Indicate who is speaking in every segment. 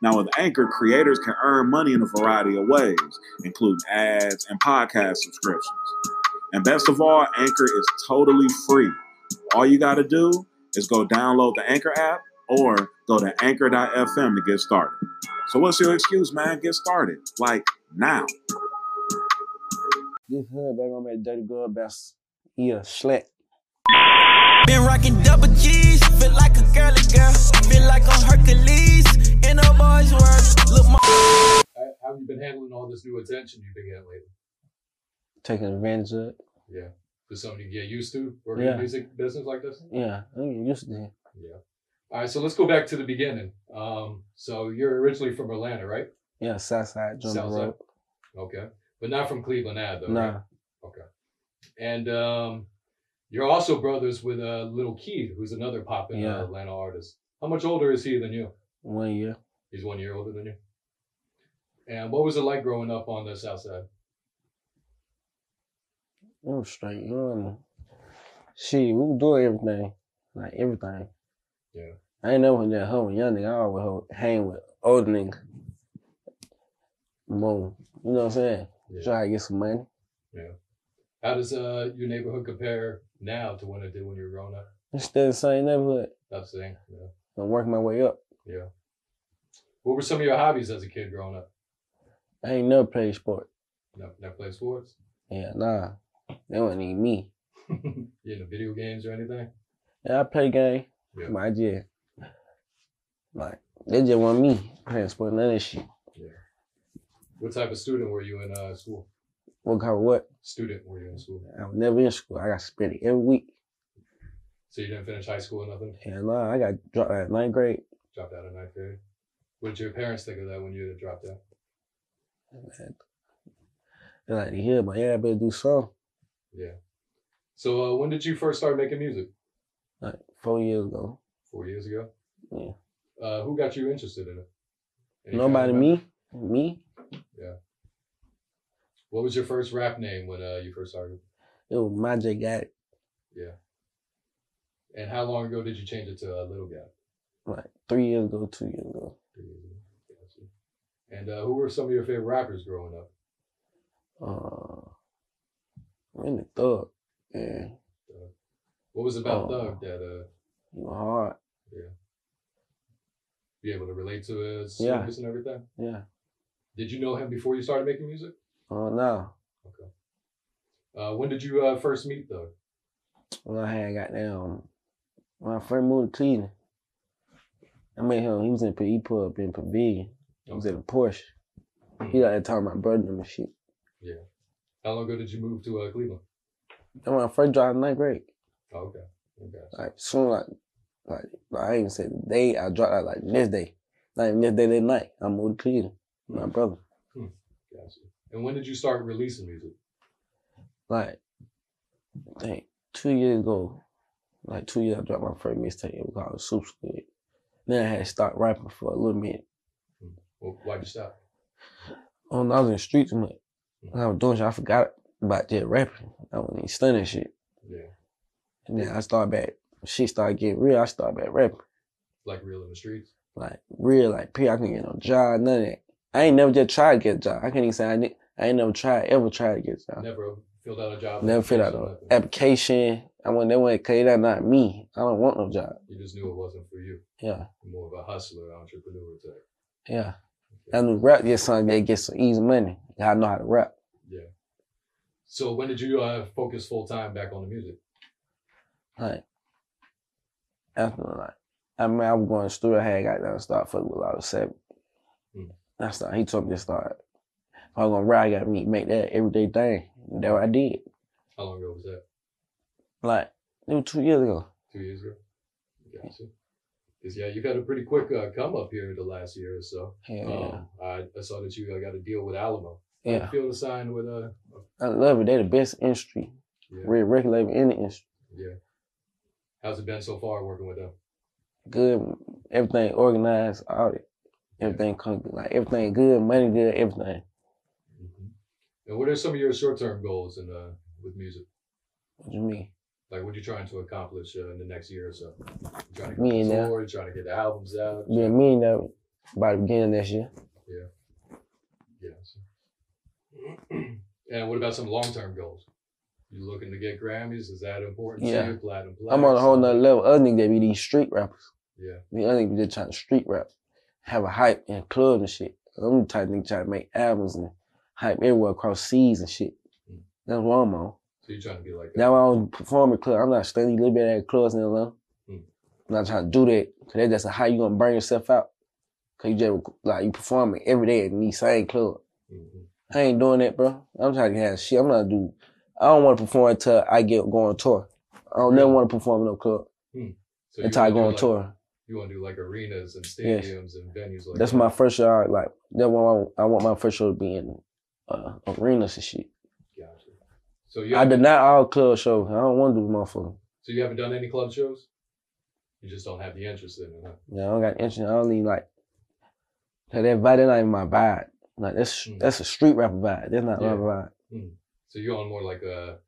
Speaker 1: Now, with Anchor, creators can earn money in a variety of ways, including ads and podcast subscriptions. And best of all, Anchor is totally free. All you got to do is go download the Anchor app or go to anchor.fm to get started. So, what's your excuse, man? Get started. Like, now.
Speaker 2: This hood, baby, I'm at Dirty Girl Best. Yeah, slack.
Speaker 3: Been rocking double G's, feel like a girly girl, feel like a Hercules in a boy's world. Look, my
Speaker 4: How how have you been handling all this new attention you've been getting lately?
Speaker 2: Taking advantage of it.
Speaker 4: Yeah. Just something you get used to working in
Speaker 2: Yeah.
Speaker 4: the music business like this?
Speaker 2: Yeah, I'm used to it.
Speaker 4: Yeah. All right, so let's go back to the beginning. Um, so you're originally from Atlanta, right?
Speaker 2: Yeah, Southside, Drum
Speaker 4: Southside.
Speaker 2: Road.
Speaker 4: Okay. But not from Cleveland Ave, though.
Speaker 2: Nah,
Speaker 4: Right? And um, you're also brothers with uh, Little Keith, who's another poppin'
Speaker 2: Yeah.
Speaker 4: uh, Atlanta artist. How much older is he than you?
Speaker 2: one year.
Speaker 4: He's one year older than you. And what was it like growing up on the South Side?
Speaker 2: It was straight. You know, shit, we were doing everything. Like, everything.
Speaker 4: Yeah.
Speaker 2: I ain't never that hoe young nigga. I always hoe- hang with older nigga. Boom. You know what I'm saying?
Speaker 4: Yeah.
Speaker 2: Try to get some money.
Speaker 4: How does uh, your neighborhood compare now to when it did when you were growing up?
Speaker 2: It's still the same neighborhood.
Speaker 4: That's the thing. Yeah.
Speaker 2: I'm working my way up.
Speaker 4: Yeah. What were some of your hobbies as a kid growing up?
Speaker 2: I ain't never played sport.
Speaker 4: Not, not play sports?
Speaker 2: Yeah, nah. They wouldn't need me.
Speaker 4: you into video games or anything?
Speaker 2: Yeah, I play game.
Speaker 4: Yeah.
Speaker 2: My idea. Like, they just want me playing sport, none of that shit.
Speaker 4: What type of student were you in uh, school?
Speaker 2: What kind of what?
Speaker 4: Student were you in school?
Speaker 2: I was never in school. I got suspended every week.
Speaker 4: So you didn't finish high school or nothing?
Speaker 2: And nah, I got dropped out of ninth grade.
Speaker 4: Dropped out of ninth grade? What did your parents think of that when you dropped out?
Speaker 2: They like to hear, but yeah, I better do something.
Speaker 4: Yeah. So uh, when did you first start making music?
Speaker 2: Like, four years ago.
Speaker 4: Four years ago?
Speaker 2: Yeah.
Speaker 4: Uh, who got you interested in it? Any
Speaker 2: Nobody,
Speaker 4: family member?
Speaker 2: me, me,
Speaker 4: What was your first rap name when uh, you first started?
Speaker 2: it was my J got it.
Speaker 4: And how long ago did you change it to uh, Little Guy?
Speaker 2: Like, three years ago, two years ago.
Speaker 4: Three years ago. Gotcha. And uh, who were some of your favorite rappers growing up?
Speaker 2: Uh, I'm in the thug. Yeah,
Speaker 4: What was it about
Speaker 2: Oh.
Speaker 4: Thug that uh,
Speaker 2: you know, hard.
Speaker 4: be able to relate to his
Speaker 2: Yeah.
Speaker 4: service and everything?
Speaker 2: Yeah.
Speaker 4: Did you know him before you started making music?
Speaker 2: Oh, no.
Speaker 4: Uh, when did you uh, first meet Thug?
Speaker 2: When I had got down, when I first moved to Cleveland, I met him. He was in he put up in Pavilion. He was in a Porsche. He like talking about brother and shit.
Speaker 4: How long ago did you move to uh, Cleveland?
Speaker 2: That when I first dropped in ninth grade.
Speaker 4: Oh, okay. okay.
Speaker 2: Like soon like like, like I ain't said the day I dropped out like this day. Like this day that night. I moved to Cleveland. with My brother.
Speaker 4: Gotcha. And when did you start releasing music?
Speaker 2: Like I think two years ago. Like two years I dropped my first mixtape. It was called Super Squid. Then I had to start rapping for a little minute.
Speaker 4: Well, why'd you stop?
Speaker 2: On I was in the streets, I'm like,
Speaker 4: Mm-hmm.
Speaker 2: when I was doing shit, I forgot about that rapping. I was even stunning shit.
Speaker 4: Yeah,
Speaker 2: And then I started back, shit started getting real. I started back rapping.
Speaker 4: like real in the streets.
Speaker 2: Like, real, like, period. I couldn't get no job, none of that. I ain't never just tried to get a job. I can't even say I, ne- I ain't never tried, ever tried to get a job.
Speaker 4: Never filled out a job.
Speaker 2: Never filled out
Speaker 4: application
Speaker 2: no
Speaker 4: or nothing.
Speaker 2: application. I went that way, cause that not me. I don't want no job.
Speaker 4: You just knew it wasn't for you.
Speaker 2: Yeah,
Speaker 4: You're more of a hustler, entrepreneur type.
Speaker 2: yeah. I knew rap get something that gets some easy money. I know how to rap.
Speaker 4: Yeah. So when did you uh, focus full time back on the music?
Speaker 2: Like after like I mean I was going to studio, I had got down and started fucking with a lot of seven.
Speaker 4: Mm.
Speaker 2: That's how he told me to start. If I'm gonna rap, I gotta make- make that everyday thing. And That's what I did.
Speaker 4: How long ago was that?
Speaker 2: Like it was two years ago.
Speaker 4: Two years ago. Gotcha. Because yeah, you've had a pretty quick uh, come up here the last year or so.
Speaker 2: Hell
Speaker 4: Um, I, I saw that you uh, got a deal with Alamo.
Speaker 2: yeah. Yeah.
Speaker 4: Feel the sign with uh,
Speaker 2: I love it. They the best industry.
Speaker 4: yeah,
Speaker 2: Red regulated in the industry.
Speaker 4: yeah. How's it been so far working with them?
Speaker 2: good, everything organized, all that. Everything come like everything good, money good, everything. Mm-hmm.
Speaker 4: And what are some of your short term goals in uh, with music?
Speaker 2: What you mean?
Speaker 4: Like what you trying to accomplish uh, in the next year or so? You trying to get
Speaker 2: Me
Speaker 4: on
Speaker 2: and them.
Speaker 4: tour, you trying to get the albums out.
Speaker 2: Yeah, me and that by the beginning of this year.
Speaker 4: Yeah. so. and what about some long term goals? You looking to get Grammys? Is that important
Speaker 2: Yeah.
Speaker 4: to you? Platinum,
Speaker 2: I'm on a
Speaker 4: plaques?
Speaker 2: whole nother level. Other niggas that be these street rappers.
Speaker 4: Yeah.
Speaker 2: The other niggas just trying to street rap, have a hype in clubs and shit. I'm the type of nigga trying to make albums and hype everywhere across seas and shit.
Speaker 4: Mm.
Speaker 2: That's what I'm on.
Speaker 4: So you're trying to be like uh, that.
Speaker 2: Now I don't perform at clubs. I'm not studying little bit at clubs and alone.
Speaker 4: Mm.
Speaker 2: I'm not trying to do that because that's just how you gonna burn yourself out. Cause you just like you performing every day at the same club.
Speaker 4: Mhm.
Speaker 2: I ain't doing that, bro. I'm trying to have shit. I'm not do. I don't want to perform until I get go on tour. I don't never want to perform in no club
Speaker 4: So you
Speaker 2: until I
Speaker 4: wanna
Speaker 2: go
Speaker 4: do
Speaker 2: on
Speaker 4: like-
Speaker 2: tour.
Speaker 4: You want to do like arenas and
Speaker 2: Yes.
Speaker 4: stadiums and venues like
Speaker 2: That's
Speaker 4: that.
Speaker 2: my first show. I, like that one. I, I want my first show to be in uh, arenas and shit.
Speaker 4: Gotcha. So you
Speaker 2: I
Speaker 4: haven't,
Speaker 2: did not all club shows. I don't want to do motherfucker.
Speaker 4: so you haven't done any club shows? You just don't have the interest in it. Huh?
Speaker 2: Yeah, I don't got interest. I don't even like. Cause that vibe, that's not even my vibe. Like that's
Speaker 4: Mm.
Speaker 2: that's a street rapper vibe. That's not
Speaker 4: Yeah.
Speaker 2: my vibe.
Speaker 4: So you're on more like a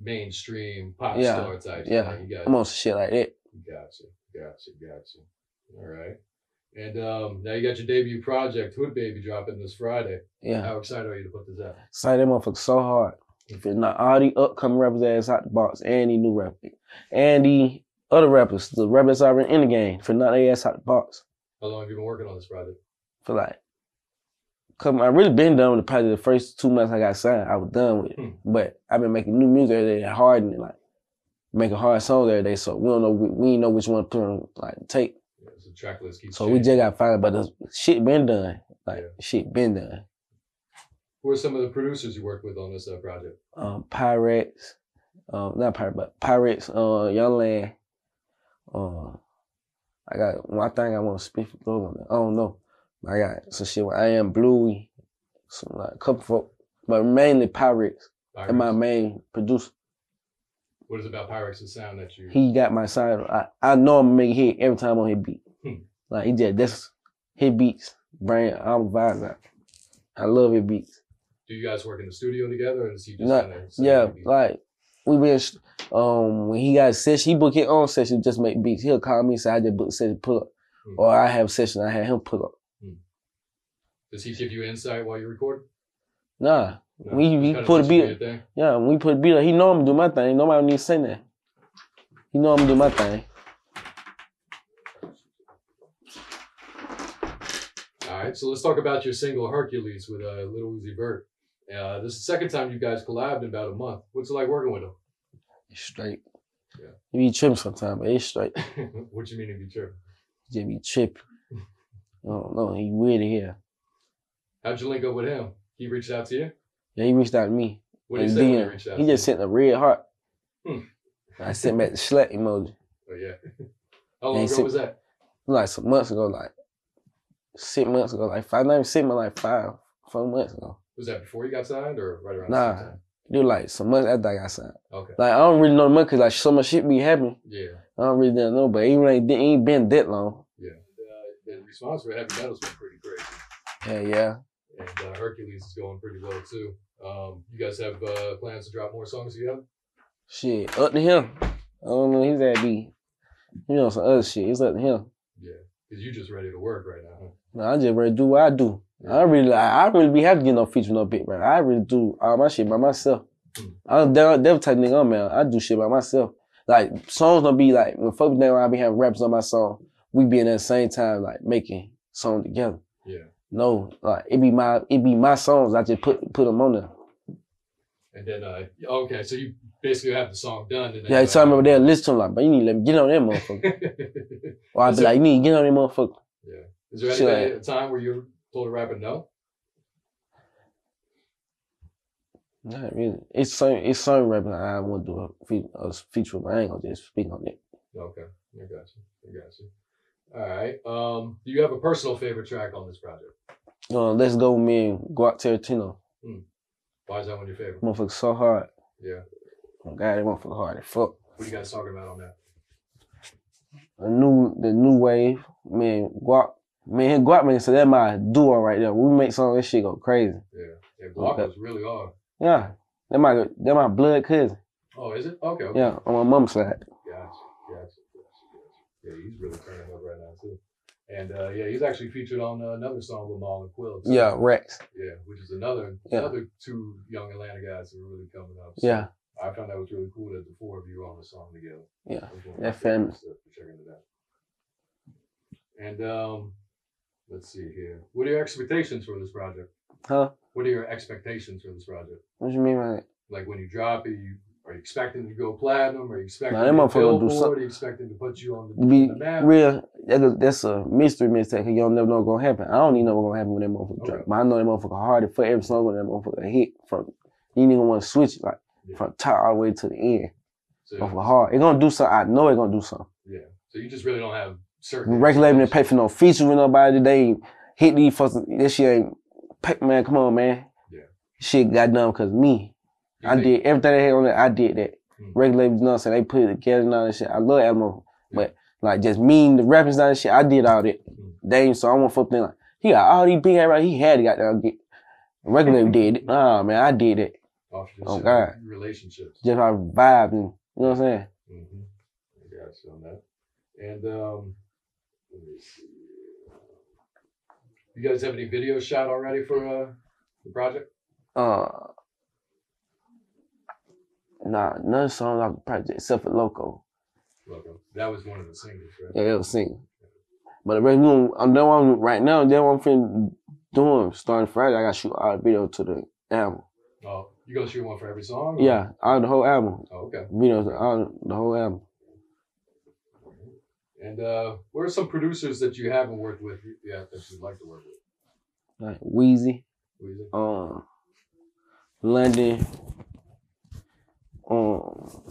Speaker 4: mainstream pop
Speaker 2: Yeah.
Speaker 4: star type.
Speaker 2: Yeah.
Speaker 4: Thing. You got
Speaker 2: I'm on some shit like that.
Speaker 4: Gotcha, gotcha, gotcha. All right. And um, now you got your debut project, Hood Baby, dropping this Friday.
Speaker 2: Yeah,
Speaker 4: How excited are you to put this out?
Speaker 2: say that motherfucker so hard. If it's not all the upcoming rappers that's out the box, and the new rapper, and the other rappers, the rappers already in the game, for not they ass out the box.
Speaker 4: How long have you been working on this project?
Speaker 2: For like, come, I really been done with the project. The first two months I got signed, I was done with it.
Speaker 4: Hmm.
Speaker 2: But I've been making new music every day, and hardening it, like making hard songs every day. So we don't know, we, we ain't know which one to put on like tape.
Speaker 4: Yeah, so the track list keeps
Speaker 2: So we
Speaker 4: changing.
Speaker 2: just got fired, but the shit been done. Like
Speaker 4: Yeah.
Speaker 2: shit been done.
Speaker 4: Who are some of the producers you worked with on this uh, project?
Speaker 2: Um, pirates, um, not pirate, but pirates. Uh, young land. Um, I got one thing I want to speak for Glow on it. I don't know. I got some shit with I am Bluey, some like a couple folk, but mainly pirates. And my
Speaker 4: Pyrex.
Speaker 2: main producer,
Speaker 4: What is it about Pyrex the sound that you?
Speaker 2: he got my side. I, I know I'm gonna make a hit every time on his beat.
Speaker 4: Hmm.
Speaker 2: Like he just that's his beats. Brain, I'm vibing out. I love his beats.
Speaker 4: Do you guys work in the studio together, or is he just
Speaker 2: Not-
Speaker 4: kinda sending
Speaker 2: Yeah,
Speaker 4: you beats?
Speaker 2: like we been um when he got a session, he book his own session, just make beats. He'll call me and say I just booked session pull up.
Speaker 4: Hmm.
Speaker 2: Or I have session, I had him pull up.
Speaker 4: Does he give you insight while you record?
Speaker 2: Nah.
Speaker 4: No,
Speaker 2: We-
Speaker 4: he
Speaker 2: we
Speaker 4: kinda
Speaker 2: put a
Speaker 4: lets you do
Speaker 2: beat-
Speaker 4: your thing?
Speaker 2: Yeah, when we put a beat up, he know I'm do my thing. Nobody need to say nothing. He know I'm do my thing.
Speaker 4: All right, so let's talk about your single Hercules with uh, Little Uzi Vert. Uh, this is the second time you guys collabed in about a month. What's it like working with
Speaker 2: It's straight.
Speaker 4: Yeah.
Speaker 2: You be tripping sometimes, but it's straight.
Speaker 4: him? what you mean if you trip?
Speaker 2: You just be tripping. I don't know, he weird here.
Speaker 4: How'd you link up with him? He reached out to you.
Speaker 2: Yeah, he reached out to me.
Speaker 4: What did he
Speaker 2: And
Speaker 4: say when he
Speaker 2: then
Speaker 4: reached out?
Speaker 2: he
Speaker 4: to
Speaker 2: just
Speaker 4: you?
Speaker 2: sent a red heart.
Speaker 4: Hmm.
Speaker 2: I sent back the slap emoji.
Speaker 4: Oh yeah. How long
Speaker 2: he
Speaker 4: ago
Speaker 2: said-
Speaker 4: was that?
Speaker 2: like some months ago, like six months ago, like five, not even six months, like five, four months ago.
Speaker 4: Was that before you got signed or right around the same
Speaker 2: Nah,
Speaker 4: time?
Speaker 2: do like some months after I got signed.
Speaker 4: Okay.
Speaker 2: Like I don't really know the month because like so much shit be happening.
Speaker 4: Yeah.
Speaker 2: I don't really don't know, but even like it ain't been that long.
Speaker 4: Yeah. Uh, the response for heavy metal's been pretty crazy.
Speaker 2: Hell yeah.
Speaker 4: and uh, Hercules is going pretty well too. Um, you guys have uh, plans to drop more songs together?
Speaker 2: Shit, up to him. I don't know. He's at be, you know, some other shit. It's up to him.
Speaker 4: Yeah, because you just ready to work right now. Huh?
Speaker 2: No, I just really do what I do. I don't really, I, I really be happy to get no feature, no big man. I really do all my shit by myself.
Speaker 4: Hmm.
Speaker 2: I'm that, that type of nigga, I'm, man. I do shit by myself. Like songs don't be like when folks down I be having rappers on my song. We be in that same time like making song together.
Speaker 4: Yeah,
Speaker 2: No, like it be my it be my songs. I just put put them on there.
Speaker 4: and then uh, okay, so you basically have the song done. And then,
Speaker 2: Yeah,
Speaker 4: uh,
Speaker 2: so I remember they'll listen to them like, but you need to let me get on that motherfucker. Or I
Speaker 4: Is
Speaker 2: be
Speaker 4: it-
Speaker 2: like, you need to get on that motherfucker.
Speaker 4: Is there
Speaker 2: Shit.
Speaker 4: any a time where you told a rapper no?
Speaker 2: Not really. It's some it's some rapping I want to do a, fe- a feature, but I ain't gonna just speak on it.
Speaker 4: Okay, I got you. I got you. All right. Um, do you have a personal favorite track on this project?
Speaker 2: Uh, let's go with me and Guac Tarantino.
Speaker 4: Why is that one your favorite?
Speaker 2: Motherfucker so hard.
Speaker 4: Yeah.
Speaker 2: Oh, God, that motherfucker hard as fuck.
Speaker 4: What are you guys talking about on that?
Speaker 2: A new the new wave, man, Guap man, Guap man, so that my duo right there. When we make songs, this shit go crazy.
Speaker 4: Yeah, yeah. Block
Speaker 2: Okay.
Speaker 4: was really hard.
Speaker 2: Yeah. That my that my blood cousin.
Speaker 4: Oh, is it? Okay. okay.
Speaker 2: Yeah, on my mom's side.
Speaker 4: Gotcha, gotcha, gotcha, gotcha. Yeah, he's really turning up right now too. And uh, yeah, he's actually featured on uh, another song with Marlon Quill. too.
Speaker 2: Yeah, Rex.
Speaker 4: yeah, which is another
Speaker 2: Yeah.
Speaker 4: another two young Atlanta guys who are really coming up. So
Speaker 2: Yeah.
Speaker 4: I found that was really cool that the four of you were on the song together.
Speaker 2: Yeah,
Speaker 4: That was one of my
Speaker 2: that
Speaker 4: favorite
Speaker 2: family.
Speaker 4: stuff for checking it out. And um, let's see here. What are your expectations for this project?
Speaker 2: Huh?
Speaker 4: What are your expectations for this project?
Speaker 2: What you mean by that?
Speaker 4: Like when you drop it, you are you expecting to go platinum? Are you expecting
Speaker 2: Nah, that
Speaker 4: to
Speaker 2: motherfucker gonna do
Speaker 4: Billboard?
Speaker 2: something.
Speaker 4: Are you expecting to put you on the,
Speaker 2: To be
Speaker 4: on the map?
Speaker 2: real, that's a, that's a mystery mistake. 'cause You don't never know what's gonna happen. I don't even know what's gonna happen when that motherfucker
Speaker 4: Okay.
Speaker 2: drop. But I know that motherfucker hard as fuck. Every song when that motherfucker hit from, you ain't even want to switch it, like
Speaker 4: Yeah.
Speaker 2: from top all the way to the end.
Speaker 4: So,
Speaker 2: Motherfucker hard. It gonna do something. I know it gonna do something.
Speaker 4: yeah. So you just really don't have certain
Speaker 2: Record label didn't pay for no features with nobody. They ain't hit these fucking. This shit ain't. Pay, man, come on, man.
Speaker 4: Yeah.
Speaker 2: Shit got done because me.
Speaker 4: You
Speaker 2: I
Speaker 4: think-
Speaker 2: did everything they had on there. I did that.
Speaker 4: Hmm.
Speaker 2: Regular labels, you know what I'm saying? They put it together and all that shit. I love Elmo,
Speaker 4: Yeah.
Speaker 2: but like just mean the rappers and all that shit. I did all that.
Speaker 4: Hmm.
Speaker 2: Damn, so I want fuck them. Like he got all these big ass right. He had to got down get. Regular label did it. Nah, man, I did it.
Speaker 4: off just
Speaker 2: Oh, God.
Speaker 4: relationships.
Speaker 2: Just I vibed. And, you know what I'm saying?
Speaker 4: Mm-hmm. I got you on that. And um, let me see. You guys have any videos shot already for uh, the project?
Speaker 2: Uh, nah, none songs off the project except for Loco.
Speaker 4: Welcome. That was one of the singles, right?
Speaker 2: Yeah, they'll sing. But the rest, room, I'm the one right now. That one finna doing starting Friday. I got to shoot all the video to the album.
Speaker 4: Oh, you gonna shoot one for every song? or-
Speaker 2: Yeah, all the whole album.
Speaker 4: Oh, okay.
Speaker 2: Videos, all the whole album.
Speaker 4: And uh, what are some producers that you haven't worked with yeah, that you'd like to work with?
Speaker 2: Like Wheezy,
Speaker 4: Who is it?
Speaker 2: um, London, um,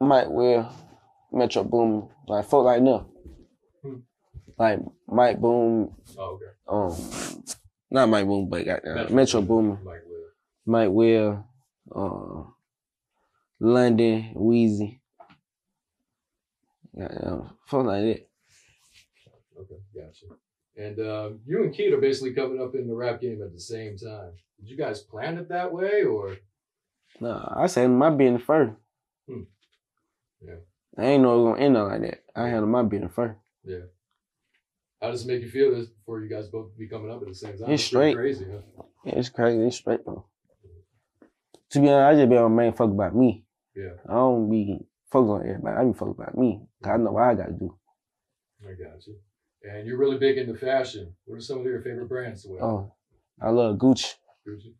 Speaker 2: Mike Will, Metro Boom, like folk like them.
Speaker 4: Hmm.
Speaker 2: Like Mike Boom,
Speaker 4: Oh, okay.
Speaker 2: um, not Mike Boom, but goddamn, Metro, Boom.
Speaker 4: Mike Will.
Speaker 2: Mike Will, uh, London, Wheezy. Goddamn, fuck um, like that.
Speaker 4: Okay, gotcha. And uh, you and Keith are basically coming up in the rap game at the same time. Did you guys plan it that way, or
Speaker 2: Nah, I said my business first.
Speaker 4: Hmm. Yeah.
Speaker 2: I ain't know it was gonna end up like that. I handle my business first.
Speaker 4: how does it make you feel this for you guys both to be coming up at the same time?
Speaker 2: It's
Speaker 4: pretty
Speaker 2: straight.
Speaker 4: crazy. Huh?
Speaker 2: Yeah, it's crazy. It's straight though. To be honest, I just be on main fuck about me.
Speaker 4: Yeah.
Speaker 2: I don't be focused on everybody. I be focused about me. 'Cause I know what I gotta do.
Speaker 4: I got you. And you're really big into fashion. What are some of your favorite brands to wear?
Speaker 2: Oh, I love Gucci.
Speaker 4: Gucci?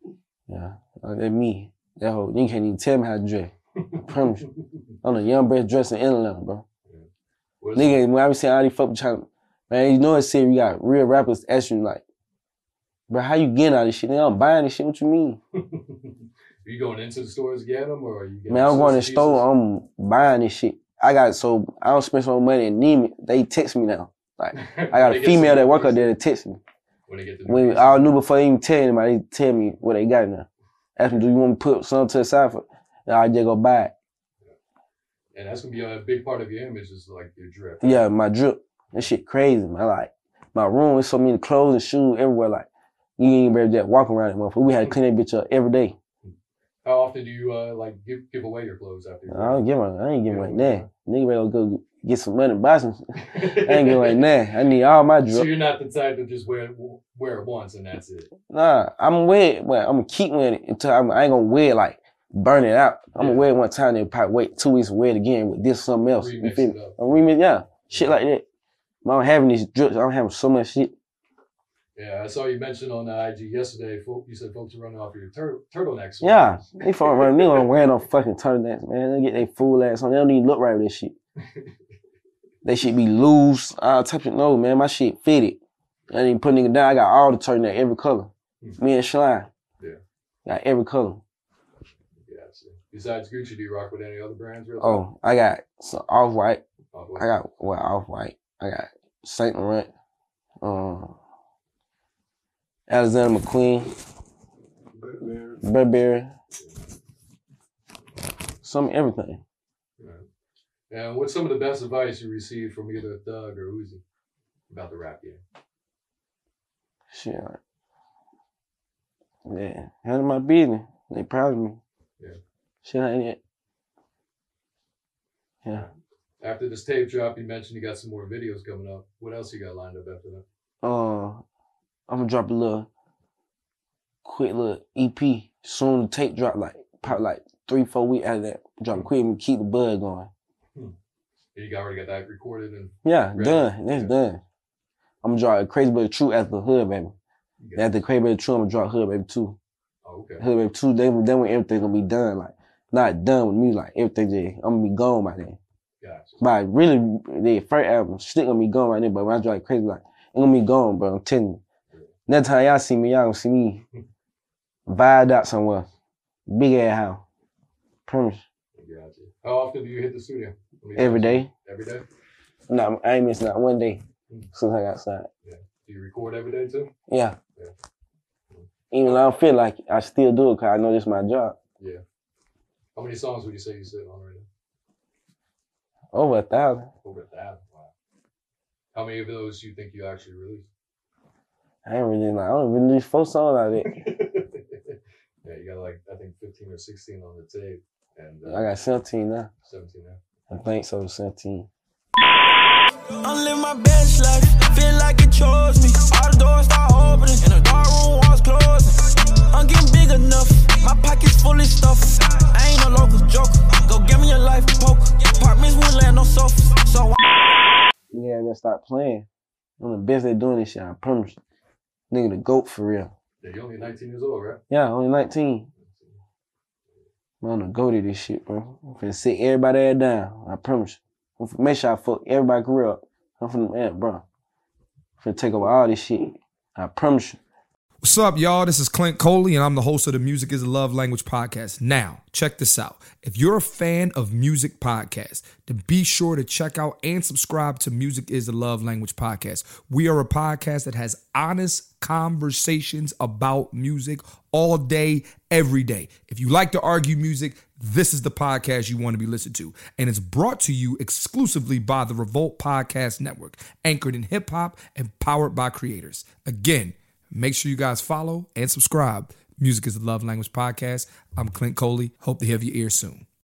Speaker 2: Yeah, uh, that me. That whole you can't even tell me how to dress. I promise you. I'm the young best dresser in Atlanta, bro.
Speaker 4: What is-
Speaker 2: Nigga, when I be saying all these fucking trying man, you know it's serious. You got real rappers asking you like, bro, how you getting all this shit? Nigga, I'm buying this shit. What you mean?
Speaker 4: are you going into the stores to get them, or are you? Getting
Speaker 2: man, I'm going to the
Speaker 4: sources?
Speaker 2: store. I'm buying this shit. I got so I don't spend so much money in Neiman. They text me now. I got
Speaker 4: They
Speaker 2: a
Speaker 4: get
Speaker 2: female
Speaker 4: some
Speaker 2: that work out
Speaker 4: pieces
Speaker 2: there that text me.
Speaker 4: When they get the new
Speaker 2: When
Speaker 4: pieces.
Speaker 2: I knew before they even tell anybody, they tell me what they got now. Ask me, do you want to put something to the side for? And I just go buy it.
Speaker 4: and that's gonna be a big part of your image is like your drip.
Speaker 2: Yeah, my drip. That shit crazy, man. Like, my room. There's so many clothes and shoes everywhere. Like you ain't better just walk around it, motherfucker. We had to clean that bitch up every day.
Speaker 4: How often do you uh, like give, give away your clothes after?
Speaker 2: I don't give a, I ain't giving away nothing. Nigga better go get some money, buy some. I ain't giving away nothing. I need all my
Speaker 4: So
Speaker 2: drugs.
Speaker 4: you're not the type to just wear it, wear it once and that's it.
Speaker 2: Nah, I'm wear it, but I'm gonna keep wearing it until I'm, I ain't gonna wear it like burn it out. I'm
Speaker 4: Yeah.
Speaker 2: gonna wear it one time, then probably wait two weeks to wear it again with this something else. you
Speaker 4: Remix
Speaker 2: feel
Speaker 4: it
Speaker 2: me?
Speaker 4: up.
Speaker 2: A remix, yeah, shit like that. But I'm having these drips. I'm having so much shit.
Speaker 4: Yeah, I saw you mention on uh, IG yesterday. Folk, you said folks are running off your tur- turtlenecks.
Speaker 2: Yeah, they fucking running. They don't wear no fucking turtlenecks, man. They get their fool ass on. They don't even look right with this shit. they should be loose. All type of no, man. My shit fitted. I didn't put nigga down. I got all the turtleneck, every color.
Speaker 4: Hmm.
Speaker 2: Me and Shine.
Speaker 4: Yeah.
Speaker 2: Got every color.
Speaker 4: Yeah. So besides Gucci, do you rock with any other brands? Really?
Speaker 2: Oh, I got some off white.
Speaker 4: Oh,
Speaker 2: I got well off white. I got Saint Laurent. Um, Alexander McQueen, Burberry. Some everything.
Speaker 4: And what's some of the best advice you received from either Thug or Uzi about the rap game?
Speaker 2: Shit. Yeah, handle my business. They proud of me.
Speaker 4: Yeah.
Speaker 2: Shit, I ain't it. Yeah.
Speaker 4: After this tape drop, you mentioned you got some more videos coming up. What else you got lined up after that?
Speaker 2: Uh, I'm gonna drop a little, quick little EP soon. The tape drop like probably like three, four weeks out of that. Drop quick and keep the bud going.
Speaker 4: You got already got that recorded and
Speaker 2: Yeah,
Speaker 4: Right.
Speaker 2: done. That's
Speaker 4: Yeah.
Speaker 2: done. I'm gonna drop crazy but true after hood baby.
Speaker 4: you got,
Speaker 2: After crazy but true, I'm gonna drop hood baby too.
Speaker 4: oh, okay.
Speaker 2: Hood baby two. Then then when everything gonna be done, like not done with me, like everything just I'm gonna be gone by then.
Speaker 4: Gotcha.
Speaker 2: But really, the first album still gonna be gone right there. But when I drive crazy, like it gonna be gone, bro. I'm telling you. Next time y'all see me, y'all gonna see me vibed out somewhere, big ass house. Promise.
Speaker 4: Gotcha. How often do you hit the studio? Let me
Speaker 2: Every
Speaker 4: ask
Speaker 2: day.
Speaker 4: you. Every day?
Speaker 2: No, I ain't missing out one day since I got signed.
Speaker 4: Do you record every day too?
Speaker 2: Yeah. Even though I don't feel like it, I still do it, cause I know this my job.
Speaker 4: Yeah. How many songs would you say you sit on right now?
Speaker 2: Over a thousand.
Speaker 4: Over a thousand. Wow. How many of those do you think you actually released?
Speaker 2: I ain't really like I don't even do four songs out of it.
Speaker 4: yeah, you got like I think fifteen or sixteen on the tape, and uh,
Speaker 2: I got seventeen now.
Speaker 4: seventeen now.
Speaker 2: I think so, seventeen.
Speaker 3: I'm living my best life. Feel like it chose me. All the doors start opening, and the dark room walls closing. I'm getting big enough. My pockets full of stuff. I ain't no local joker. Go give me a life poker. Apartments won't land no sofas. So
Speaker 2: Yeah, I gotta stop playing. I'm the best at doing this shit, I promise. Nigga, the GOAT for real.
Speaker 4: Yeah, you're only nineteen years old, right?
Speaker 2: Yeah, only 19. I'm the GOAT at this shit, bro. I'm finna sit everybody ass down, I promise you. I'm finna make sure I fuck everybody career up. I'm finna, man, bro. I'm finna take over all this shit. I promise you.
Speaker 5: What's up, y'all? This is Clint Coley, and I'm the host of the Music is a Love Language podcast. Now, check this out. If you're a fan of music podcasts, then be sure to check out and subscribe to Music is a Love Language podcast. We are a podcast that has honest conversations about music all day, every day. If you like to argue music, this is the podcast you want to be listened to. And it's brought to you exclusively by the Revolt Podcast Network, anchored in hip hop and powered by creators. Again, Make sure you guys follow and subscribe. Music is the Love Language Podcast. I'm Clint Coley. Hope to have your ear soon.